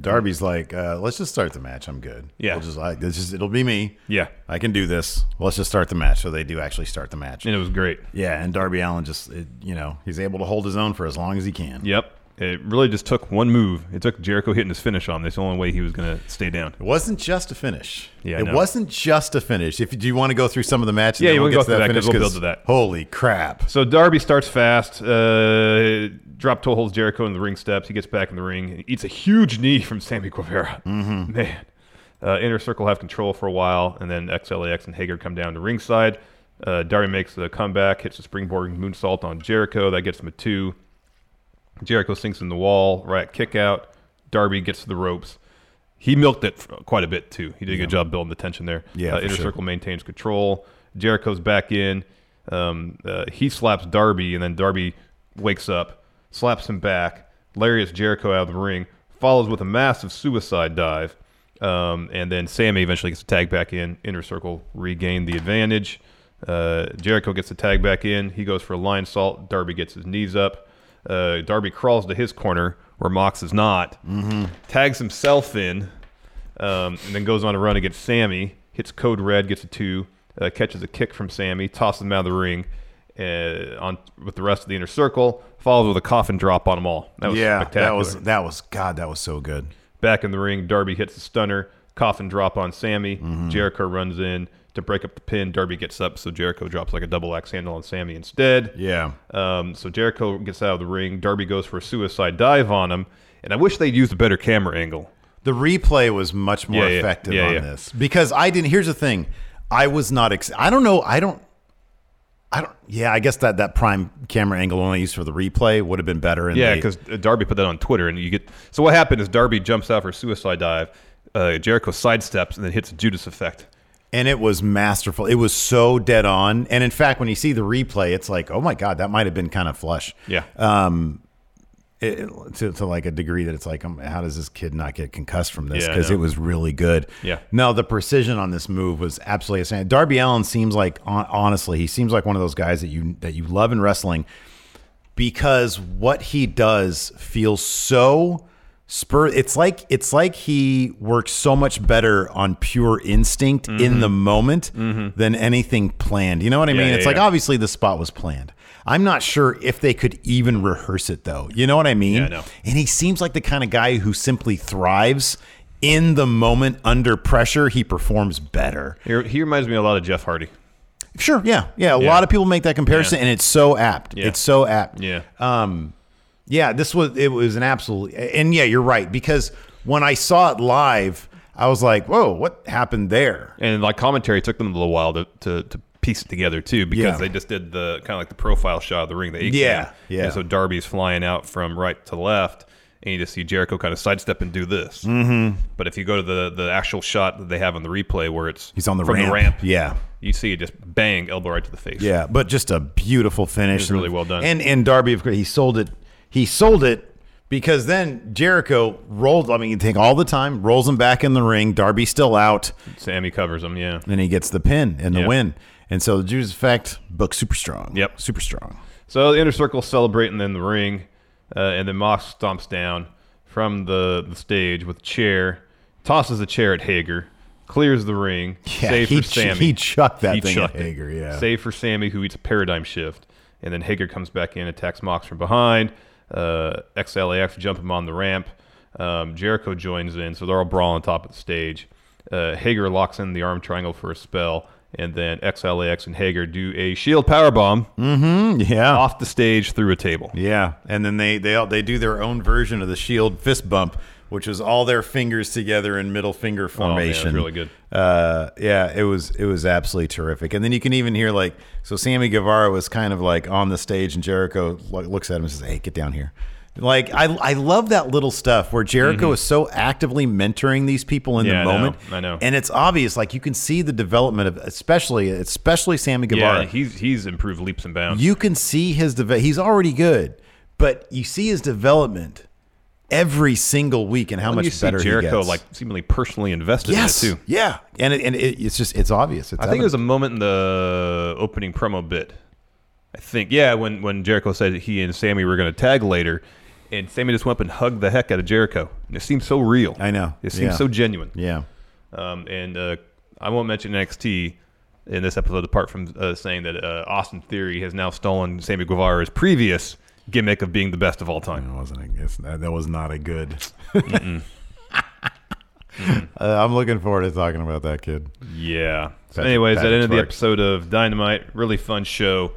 S5: Darby's like, uh, let's just start the match. I'm good.
S6: Yeah.
S5: We'll just, I, this is, it'll be me.
S6: Yeah.
S5: I can do this. Let's just start the match. So they do actually start the match.
S6: And it was great.
S5: yeah. And Darby Allen just, it, you know, he's able to hold his own for as long as he can.
S6: Yep. It really just took one move. It took Jericho hitting his finish on. him. That's the only way he was going to stay down.
S5: It wasn't just a finish.
S6: Yeah, I
S5: it
S6: know.
S5: wasn't just a finish. If you, do you want to go through some of the matches,
S6: Yeah,
S5: then
S6: you
S5: we'll
S6: wanna
S5: get
S6: go
S5: to
S6: through that
S5: finish.
S6: 'cause we'll
S5: 'cause
S6: build to that.
S5: Holy crap!
S6: So Darby starts fast, uh, drop toe holds Jericho in the ring steps. He gets back in the ring and eats a huge knee from Sammy Guevara. Mm-hmm. Man, uh, Inner Circle have control for a while, and then XLAX and Hager come down to ringside. Uh, Darby makes the comeback, hits a springboard moonsault on Jericho. That gets him a two. Jericho sinks in the wall, right kick out. Darby gets to the ropes. He milked it f- quite a bit too. He did a good job building the tension there.
S5: Yeah,
S6: uh,
S5: for
S6: inner
S5: sure.
S6: circle maintains control. Jericho's back in. Um, uh, he slaps Darby, and then Darby wakes up, slaps him back, lariats Jericho out of the ring, follows with a massive suicide dive, um, and then Sammy eventually gets the tag back in. Inner Circle regain the advantage. Uh, Jericho gets the tag back in. He goes for a line salt. Darby gets his knees up. Uh, Darby crawls to his corner where Mox is not, tags himself in, um, and then goes on a run against Sammy. Hits code red, gets a two, uh, catches a kick from Sammy, tosses him out of the ring, uh, on with the rest of the inner circle. Follows with a coffin drop on them all. That was
S5: yeah,
S6: spectacular.
S5: that was that was God. That was so good.
S6: Back in the ring, Darby hits the stunner, coffin drop on Sammy.
S5: Mm-hmm.
S6: Jericho runs in to break up the pin. Darby gets up, so Jericho drops like a double axe handle on Sammy instead.
S5: Yeah,
S6: Um, so Jericho gets out of the ring. Darby goes for a suicide dive on him, and I wish they'd used a better camera angle.
S5: the replay was much more
S6: Yeah, yeah,
S5: effective
S6: yeah,
S5: on
S6: yeah.
S5: this because I didn't. Here's the thing, I was not. Ex- I don't know. I don't. I don't. Yeah, I guess that that prime camera angle only used for the replay would have been better. In
S6: Yeah,
S5: the-
S6: because Darby put that on Twitter, and you get. So what happened is Darby jumps out for a suicide dive. Uh, Jericho sidesteps and then hits a Judas effect.
S5: and it was masterful. It was so dead on. And in fact, when you see the replay, it's like, oh my god, that might have been kind of flush.
S6: Yeah,
S5: it, to, to like a degree that it's like, um, how does this kid not get concussed from this?
S6: Yeah, I
S5: Because
S6: know.
S5: it was really good.
S6: Yeah.
S5: No, the precision on this move was absolutely insane. Darby Allen seems like, hon- honestly, he seems like one of those guys that you that you love in wrestling because what he does feels so spur. It's like it's like he works so much better on pure instinct in the moment than anything planned. You know what I mean?
S6: Mm-hmm. yeah,
S5: it's like
S6: yeah.
S5: obviously the spot was planned. I'm not sure if they could even rehearse it though. You know what I mean?
S6: Yeah, I know.
S5: And he seems like the kind of guy who simply thrives in the moment under pressure. He performs better.
S6: he, he reminds me a lot of Jeff Hardy.
S5: Sure. Yeah. Yeah. A lot of people make that comparison, and it's so apt.
S6: Yeah.
S5: It's so apt.
S6: Yeah,
S5: Yeah, this was it was an absolute and yeah, you're right because when I saw it live, I was like, "Whoa, what happened there?"
S6: and like commentary took them a little while to to, to piece it together too because
S5: Yeah.
S6: they just did the kind of like the profile shot of the ring. The eight
S5: Yeah,
S6: cam.
S5: yeah.
S6: And so Darby's flying out from right to left, and you just see Jericho kind of sidestep and do this.
S5: Mm-hmm.
S6: But if you go to the the actual shot that they have on the replay where it's
S5: He's on the
S6: from
S5: ramp.
S6: the ramp,
S5: Yeah.
S6: you see it just bang elbow right to the face.
S5: Yeah, but just a beautiful finish.
S6: It was really well done.
S5: And and Darby, of course, he sold it. He sold it because then Jericho rolled. I mean, you take all the time, rolls him back in the ring. Darby still out,
S6: Sammy covers him. Yeah.
S5: and he gets the pin and the
S6: Yeah.
S5: win. And so the Jews effect book super strong.
S6: Yep.
S5: super strong.
S6: So the inner circle celebrating in the ring, uh, and then Mox stomps down from the, the stage with a chair, tosses a chair at Hager, clears the ring,
S5: Yeah,
S6: save
S5: he
S6: for
S5: ch-
S6: Sammy.
S5: he chucked that thing at
S6: chucked it.
S5: Hager, yeah.
S6: Save for Sammy, who eats a paradigm shift, and then Hager comes back in, attacks Mox from behind. Uh, XLAX jump him on the ramp. Um, Jericho joins in, so they're all brawling on top of the stage. Uh, Hager locks in the arm triangle for a spell, and then XLAX and Hager do a shield power bomb
S5: Yeah,
S6: off the stage through a table.
S5: Yeah, and then they they all- they do their own version of the shield fist bump, which is all their fingers together in middle finger formation.
S6: Oh, really good.
S5: Uh, yeah, it was it was absolutely terrific. And then you can even hear like so Sammy Guevara was kind of like on the stage, and Jericho lo- looks at him and says, "Hey, get down here." Like I, I love that little stuff where Jericho is so actively mentoring these people in
S6: Mm-hmm. Yeah, I
S5: the
S6: know,
S5: moment.
S6: I know.
S5: and it's obvious. Like you can see the development of especially especially Sammy Guevara.
S6: Yeah, he's he's improved leaps and bounds.
S5: You can see his development. He's already good, but you see his development every single week and how
S6: When
S5: much
S6: you see
S5: better
S6: Jericho
S5: he gets.
S6: like seemingly personally invested
S5: yes,
S6: in it too.
S5: yeah, and it, and it, it's just it's obvious. It's
S6: I think it was a moment in the opening promo bit. I think yeah, when when Jericho said that he and Sammy were going to tag later, and Sammy just went up and hugged the heck out of Jericho. And it seemed so real.
S5: I know.
S6: It seemed
S5: Yeah.
S6: so genuine.
S5: yeah,
S6: Um, and uh, I won't mention NXT in this episode apart from uh, saying that uh, Austin Theory has now stolen Sammy Guevara's previous gimmick of being the best of all time.
S5: It wasn't. A, it's, that was not a good. Uh, I'm looking forward to talking about that kid.
S6: Yeah. So
S5: Patrick-
S6: anyways, that
S5: Patrick
S6: ended the
S5: Clark.
S6: episode of Dynamite. Really fun show.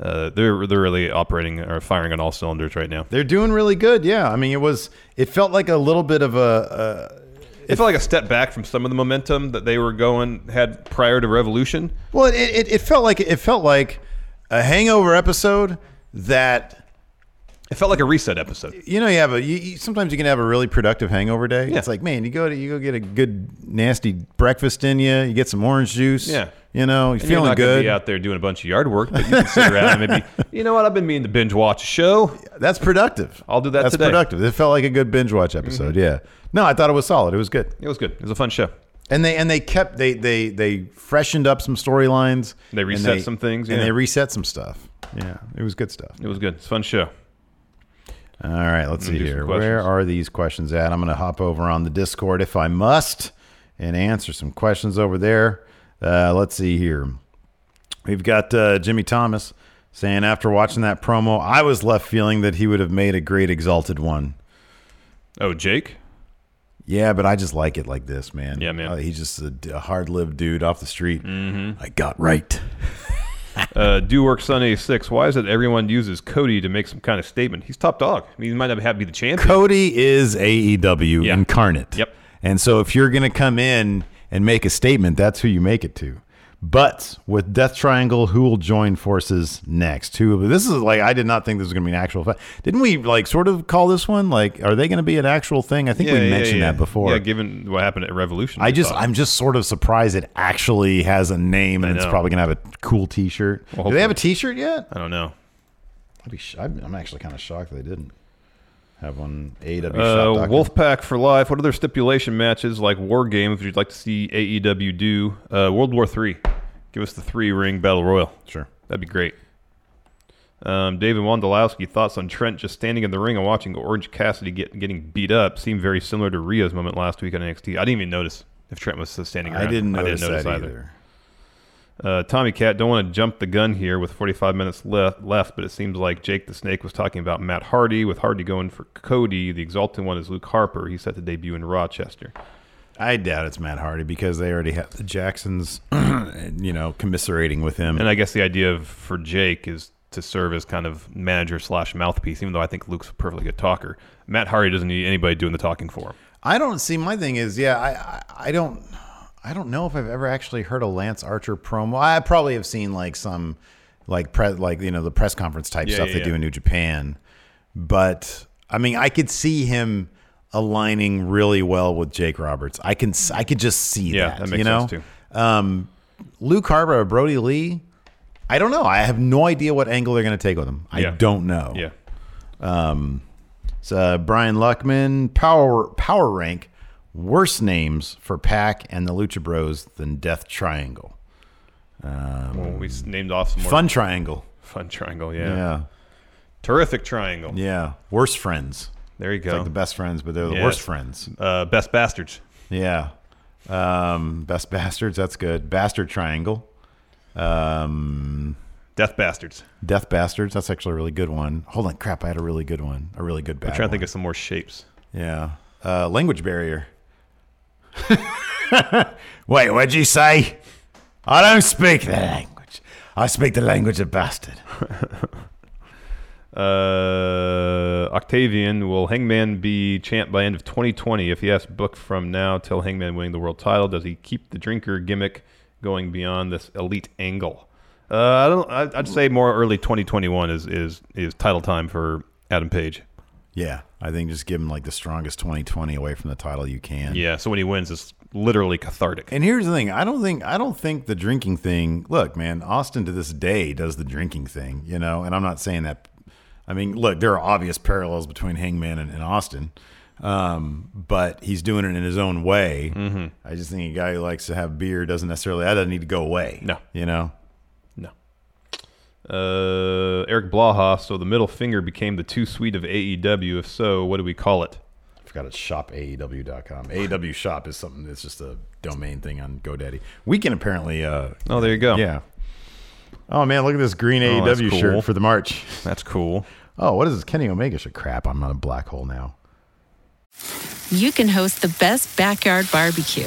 S6: Uh, they're they're really operating or firing on all cylinders right now.
S5: They're doing really good. Yeah. I mean, it was. It felt like a little bit of a. a
S6: It felt like a step back from some of the momentum that they were going had prior to Revolution.
S5: well, it, it, it felt like it felt like a hangover episode that
S6: It felt like a reset episode.
S5: you know you have a you, you, sometimes you can have a really productive hangover day.
S6: Yeah.
S5: It's like man, you go to you go get a good nasty breakfast in you. You get some orange juice.
S6: Yeah.
S5: You know you're
S6: And
S5: feeling
S6: you're not gonna
S5: good.
S6: Be out there doing a bunch of yard work, but you can sit around and maybe you know what I've been meaning to binge watch a show.
S5: That's productive.
S6: I'll do that
S5: That's
S6: today. Mm-hmm.
S5: productive. It felt like a good binge watch episode. Yeah. No, I thought it was solid. It was good.
S6: It was good. It was a fun show.
S5: And they and they kept they they they freshened up some storylines.
S6: They
S5: and
S6: reset some things,
S5: And
S6: yeah.
S5: they reset some stuff. Yeah, it was good stuff.
S6: It was good. It's a fun show.
S5: All right, let's see
S6: do some
S5: here.
S6: questions.
S5: Where are these questions at? I'm going to hop over on the Discord if I must and answer some questions over there. Uh, let's see here. We've got uh, Jimmy Thomas saying after watching that promo, I was left feeling that he would have made a great exalted one.
S6: Oh, Jake.
S5: Yeah, but I just like it like this, man.
S6: Yeah, man. Mm-hmm.
S5: Uh, he's just a, d- a hard-lived dude off the street. I got right.
S6: Uh, do work Sunday six. Why is it everyone uses Cody to make some kind of statement? He's top dog. I mean, he might not have to be the champion.
S5: Cody is AEW
S6: Yeah.
S5: incarnate.
S6: Yep.
S5: And so if you're going to come in and make a statement, that's who you make it to. But with Death Triangle, who will join forces next? Who? This is like I did not think this was going to be an actual. Fa- Didn't we like sort of call this one like? Are they going to be an actual thing? I think we mentioned that before.
S6: Yeah, given what happened at Revolution.
S5: I
S6: we
S5: just
S6: thought.
S5: I'm just sort of surprised it actually has a name and
S6: I
S5: it's
S6: know.
S5: probably gonna have a cool T-shirt. Do they have a T-shirt yet?
S6: I don't know.
S5: I'd be sh- I'm I'm actually kind of shocked they didn't have one.
S6: Uh,
S5: AW
S6: Wolfpack for life. What other stipulation matches like war games would you like to see AEW do? Uh, World War Three. Give us the three ring battle royal.
S5: Sure.
S6: That'd be great. Um, David Wondolowski thoughts on Trent just standing in the ring and watching Orange Cassidy get, getting beat up seemed very similar to Rio's moment last week on NXT. I didn't even notice if Trent was standing.
S5: I
S6: around.
S5: didn't notice, that either.
S6: Uh, Tommy Cat, don't want to jump the gun here with 45 minutes left, left, but it seems like Jake the Snake was talking about Matt Hardy, with Hardy going for Cody. The exalted one is Luke Harper. He's set to debut in Rochester.
S5: I doubt it's Matt Hardy because they already have the Jacksons, you know, commiserating with him.
S6: And I guess the idea of, for Jake is to serve as kind of manager slash mouthpiece, even though I think Luke's a perfectly good talker. Matt Hardy doesn't need anybody doing the talking for him.
S5: I don't see. My thing is, yeah, I, I, I don't, I don't know if I've ever actually heard a Lance Archer promo. I probably have seen like some, like pre, like you know, the press conference type
S6: Yeah,
S5: stuff
S6: yeah,
S5: they
S6: yeah.
S5: do in New Japan. But I mean, I could see him aligning really well with Jake Roberts. I can, s- I could just see
S6: Yeah,
S5: that.
S6: that makes
S5: you know?
S6: sense,
S5: too. Um, Luke Harper or Brody Lee. I don't know. I have no idea what angle they're going to take with him. I
S6: Yeah.
S5: don't know.
S6: Yeah.
S5: It's uh, Brian Luckman, Power Power Rank, worse names for Pack and the Lucha Bros than Death Triangle.
S6: Well, we s- named off some more
S5: Mm. Fun Triangle.
S6: fun triangle. Yeah.
S5: Yeah.
S6: Terrific triangle.
S5: Yeah. Worse friends.
S6: There you
S5: It's
S6: go.
S5: like the best friends, but they're the
S6: Yes.
S5: worst friends.
S6: uh, best bastards.
S5: Yeah. Um, best bastards. That's good. Bastard Triangle. Um,
S6: Death bastards.
S5: Death Bastards. That's actually a really good one. Hold on. Crap. I had a really good one. A really good bad
S6: I'm trying
S5: one.
S6: to think of some more shapes.
S5: Yeah. Uh, language barrier. Wait, what'd you say? I don't speak the language. I speak the language of bastard.
S6: Uh, Octavian, will Hangman be champ by end of 2020? If yes, book from now till Hangman winning the world title. Does he keep the drinker gimmick going beyond this elite angle? Uh, I don't. I- I'd say more early 2021 is is is title time for Adam Page.
S5: Yeah, I think just give him like the strongest 2020 away from the title you can.
S6: Yeah. So when he wins, it's literally cathartic.
S5: And here's the thing. I don't think I don't think the drinking thing. Look, man, Austin to this day does the drinking thing, you know. And I'm not saying that. I mean, look, there are obvious parallels between Hangman and, and Austin, um, but he's doing it in his own way. I just think a guy who likes to have beer doesn't necessarily that doesn't need to go away.
S6: No.
S5: you know.
S6: No. Uh, Eric Blaha. So the middle finger became the too sweet of AEW. If so, what do we call it?
S5: I forgot it's E shopaew.com. AEW shop is something that's just a domain thing on GoDaddy. We can apparently, uh,
S6: Oh, there you go.
S5: yeah. Oh man, look at this green
S6: Oh, that's
S5: AEW
S6: cool.
S5: shirt for the March.
S6: That's cool.
S5: Oh, what is this? Kenny Omega shit. Crap, I'm on a black hole now.
S7: You can host the best backyard barbecue.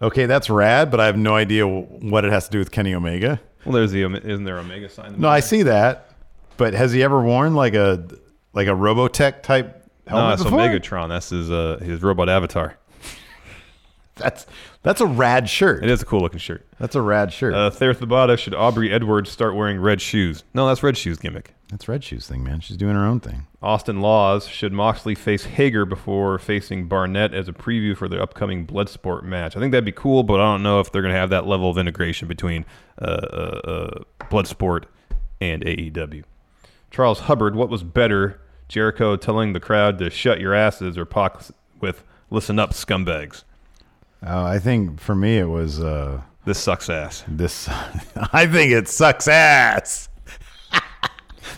S5: Okay, that's rad, but I have no idea what it has to do with Kenny Omega.
S6: Well, there's the isn't there Omega sign?
S5: No, I see that. But has he ever worn like a like a Robotech type helmet?
S6: No, that's
S5: before?
S6: Megatron. That's his uh, his robot avatar.
S5: that's that's a rad shirt.
S6: It is a cool looking shirt.
S5: That's a rad shirt.
S6: Uh, Thayer Thabata should Aubrey Edwards start wearing red shoes? No, that's red shoes gimmick.
S5: That's red shoes thing, man. She's doing her own thing.
S6: Austin Laws should Moxley face Hager before facing Barnett as a preview for the upcoming Bloodsport match. I think that'd be cool, but I don't know if they're gonna have that level of integration between uh, uh, Bloodsport and AEW. Charles Hubbard, what was better, Jericho telling the crowd to shut your asses or Pac with listen up, scumbags?
S5: Uh, I think for me it was. Uh,
S6: this sucks ass.
S5: This, I think it sucks ass.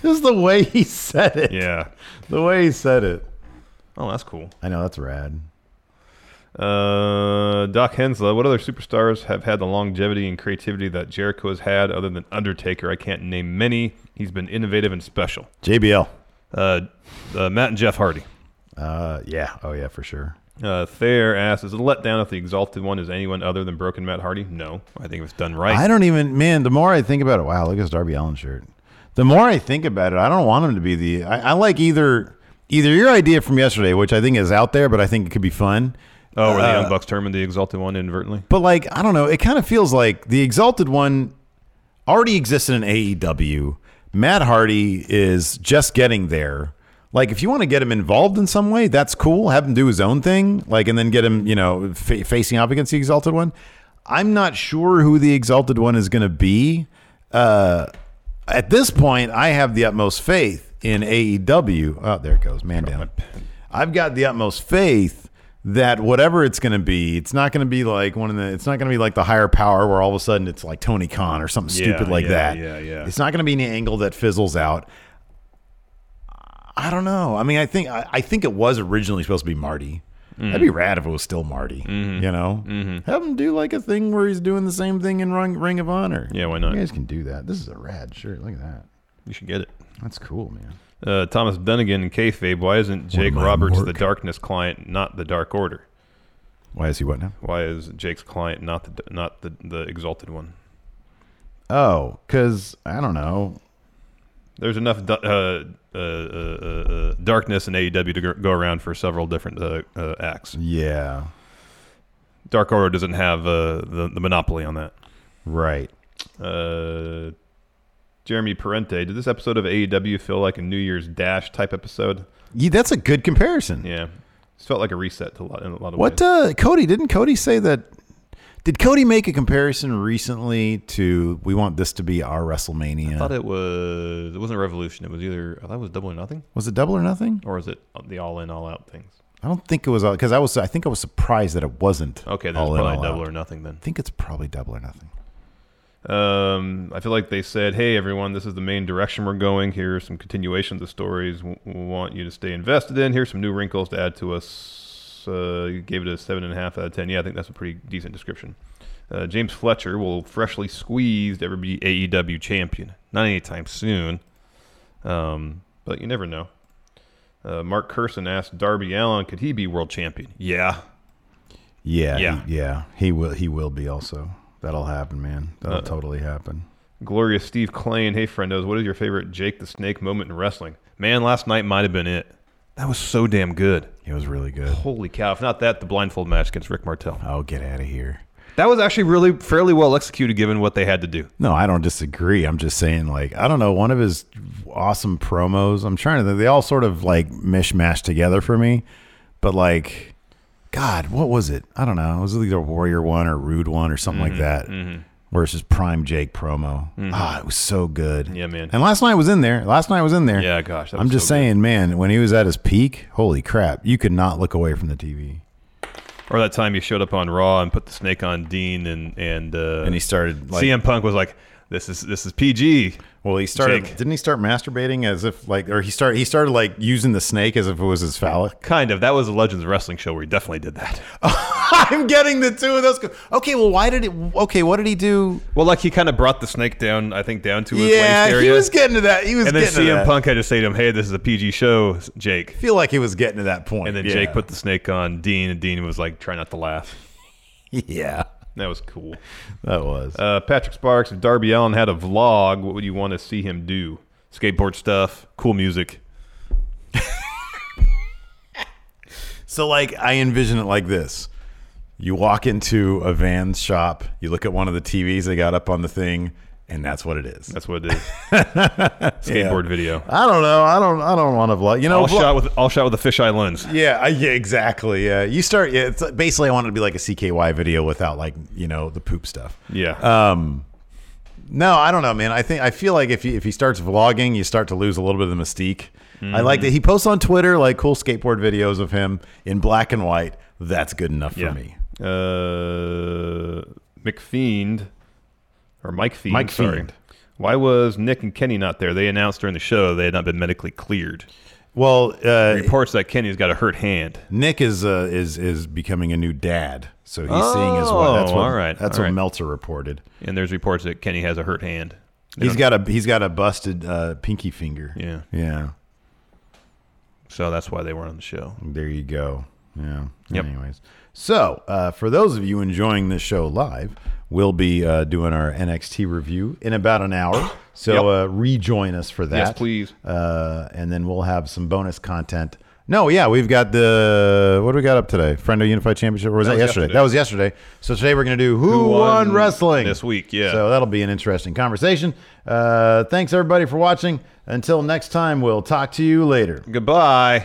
S5: this is the way he said it.
S6: Yeah.
S5: The way he said it.
S6: Oh, that's cool.
S5: I know, that's rad.
S6: Uh, Doc Hensler, what other superstars have had the longevity and creativity that Jericho has had other than Undertaker? I can't name many. He's been innovative and special.
S5: JBL.
S6: Uh, uh, Matt and Jeff Hardy.
S5: Uh, yeah. Oh, yeah, for sure.
S6: Uh, Thayer asks, is it a letdown if the Exalted One is anyone other than Broken Matt Hardy? No. I think if it's done right.
S5: I don't even, man, the more I think about it, wow, look at his Darby Allen shirt. The more I think about it, I don't want him to be the, I, I like either, either your idea from yesterday, which I think is out there, but I think it could be fun.
S6: Oh, where the
S5: uh,
S6: Young Bucks term and the Exalted One inadvertently.
S5: But like, I don't know. It kind of feels like the Exalted One already exists in AEW. Matt Hardy is just getting there. Like, if you want to get him involved in some way, that's cool. Have him do his own thing, like, and then get him, you know, fa- facing up against the Exalted One. I'm not sure who the Exalted One is going to be. Uh, at this point, I have the utmost faith in AEW. Oh, there it goes, man down. I've got the utmost faith that whatever it's going to be, it's not going to be like one of the, it's not going to be like the higher power where all of a sudden it's like Tony Khan or something
S6: Yeah,
S5: stupid like
S6: yeah,
S5: that.
S6: yeah, yeah.
S5: It's not going to be an angle that fizzles out. I don't know. I mean, I think, I, I think it was originally supposed to be Marty.
S6: Mm.
S5: That'd be rad if it was still Marty,
S6: Mm-hmm.
S5: you know? Have him do like a thing where he's doing the same thing in Ring, Ring of Honor.
S6: Yeah, why not?
S5: You guys can do that. This is a rad shirt. Look at that.
S6: You should get it.
S5: That's cool, man.
S6: Uh, Thomas Dunnigan and kayfabe. Why isn't Jake
S5: am I,
S6: Roberts
S5: Mork?
S6: the Darkness client, not the Dark Order?
S5: Why is he what now?
S6: Why is Jake's client not the not the, the Exalted One?
S5: Oh, because I don't know.
S6: There's enough du- uh, uh, uh, uh, darkness in AEW to go- go around for several different uh, uh, acts.
S5: Yeah.
S6: Dark Order doesn't have uh, the the monopoly on that.
S5: Right.
S6: Uh, Jeremy Parente, did this episode of AEW feel like a New Year's Dash type episode?
S5: Yeah, that's a good comparison.
S6: Yeah, it felt like a reset to a lot, in a lot of
S5: What
S6: ways.
S5: uh, Cody didn't Cody say that? Did Cody make a comparison recently to we want this to be our WrestleMania?
S6: I thought it was it wasn't Revolution. It was either I thought it was Double or Nothing,
S5: was it double or nothing?
S6: or is it the All In All Out things?
S5: I don't think it was because I was I think I was surprised that it wasn't.
S6: Okay, then
S5: all
S6: it's
S5: in,
S6: probably
S5: all
S6: Double
S5: out.
S6: or Nothing then.
S5: I think it's probably double or nothing.
S6: Um, I feel like they said, "Hey, everyone, this is the main direction we're going. Here are some continuations of stories w- we want you to stay invested in. Here's some new wrinkles to add to us." Uh, you gave it a seven and a half out of ten. Yeah, I think that's a pretty decent description. Uh, James Fletcher will freshly squeezed ever be AEW champion. Not anytime soon, um, but you never know. Uh, Mark Curson asked Darby Allen, "Could he be world champion?" Yeah,
S5: Yeah,
S6: Yeah.
S5: he, yeah. He will he will be also. That'll happen, man. That'll totally happen.
S6: Glorious Steve Klein. Hey, friendos, what is your favorite Jake the Snake moment in wrestling? Man, last night might have been it. That was so damn good.
S5: It was really good.
S6: Holy cow. If not that, the blindfold match against Rick Martel.
S5: Oh, get out of here.
S6: That was actually really fairly well executed given what they had to do.
S5: No, I don't disagree. I'm just saying, like, I don't know. One of his awesome promos. I'm trying to. think- They all sort of like mishmash together for me. But like, God, what was it? I don't know. It was either Warrior one or Rude one or something
S6: Mhm,
S5: like that.
S6: mhm.
S5: Where it's just Prime Jake promo.
S6: Mhm.
S5: Ah, it was so good.
S6: Yeah, man.
S5: And last night was in there. Last night was in there.
S6: Yeah, gosh, that
S5: I'm
S6: was
S5: just
S6: so good.
S5: saying, man, when he was at his peak, holy crap, you could not look away from the TV.
S6: Or that time you showed up on Raw and put the snake on Dean and and uh,
S5: And he started, like-
S6: CM Punk was like, "This is this is PG."
S5: Well, he started.
S6: Jake.
S5: Didn't he start masturbating as if like, or he started? He started like using the snake as if it was his phallic.
S6: Kind of. That was a Legends Wrestling show where he definitely did that.
S5: I'm getting the two of those. co- Okay, well, why did it? Okay, what did he do?
S6: Well, like he kind of brought the snake down, I think, down to his
S5: Yeah,
S6: waist
S5: he
S6: area.
S5: was getting to that. He was
S6: and then
S5: getting to
S6: CM
S5: that.
S6: Punk had to say to him, "Hey, this is a PG show, Jake."
S5: feel like he was getting to that point.
S6: And then
S5: yeah.
S6: Jake put the snake on Dean, and Dean was like, "Try not to laugh."
S5: Yeah,
S6: that was cool.
S5: That was
S6: uh, Patrick Sparks. If Darby Allen had a vlog, what would you want to see him do? Skateboard stuff, cool music.
S5: So like I envision it like this. You walk into a van's shop, you look at one of the TVs they got up on the thing, and that's what it is.
S6: That's what it is. Skateboard video.
S5: I don't know. I don't I don't want to vlog. You know, vlog-
S6: all Uh, shot with all shot with a fisheye lens.
S5: Yeah, I, yeah, exactly. Yeah, you start. Yeah, it's basically I want it to be like a CKY video without like you know the poop stuff.
S6: Yeah.
S5: Um, no, I don't know, man. I think I feel like if he, if he starts vlogging, you start to lose a little bit of the mystique. I like
S6: Mm-hmm.
S5: that he posts on Twitter like cool skateboard videos of him in black and white. That's good enough for
S6: Yeah.
S5: me.
S6: Uh, McFiend or Mike Fiend.
S5: Mike
S6: sorry.
S5: Fiend.
S6: Why was Nick and Kenny not there? They announced during the show they had not been medically cleared.
S5: Well, uh,
S6: reports that Kenny's got a hurt hand.
S5: Nick is uh, is is becoming a new dad, so he's seeing his wife. That's
S6: Oh,
S5: what,
S6: all right,
S5: That's
S6: all
S5: what
S6: right.
S5: Meltzer reported.
S6: And there's reports that Kenny has a hurt hand. They
S5: He's
S6: don't-
S5: got a he's got a busted uh, pinky finger.
S6: Yeah.
S5: yeah.
S6: so that's why they weren't on the show.
S5: There you go. Yeah.
S6: Yep.
S5: Anyways, so uh, for those of you enjoying this show live, we'll be uh, doing our NXT review in about an hour. So uh, rejoin us for that,
S6: Yes, please.
S5: Uh, and then we'll have some bonus content. No, yeah, we've got the what do we got up today? Friendo Unified Championship, or was that,
S6: That was
S5: yesterday?
S6: yesterday.
S5: That was yesterday. So today we're gonna do who, won,
S6: won
S5: wrestling
S6: this week, yeah.
S5: So that'll be an interesting conversation. Uh, thanks everybody for watching. Until next time, we'll talk to you later.
S6: Goodbye.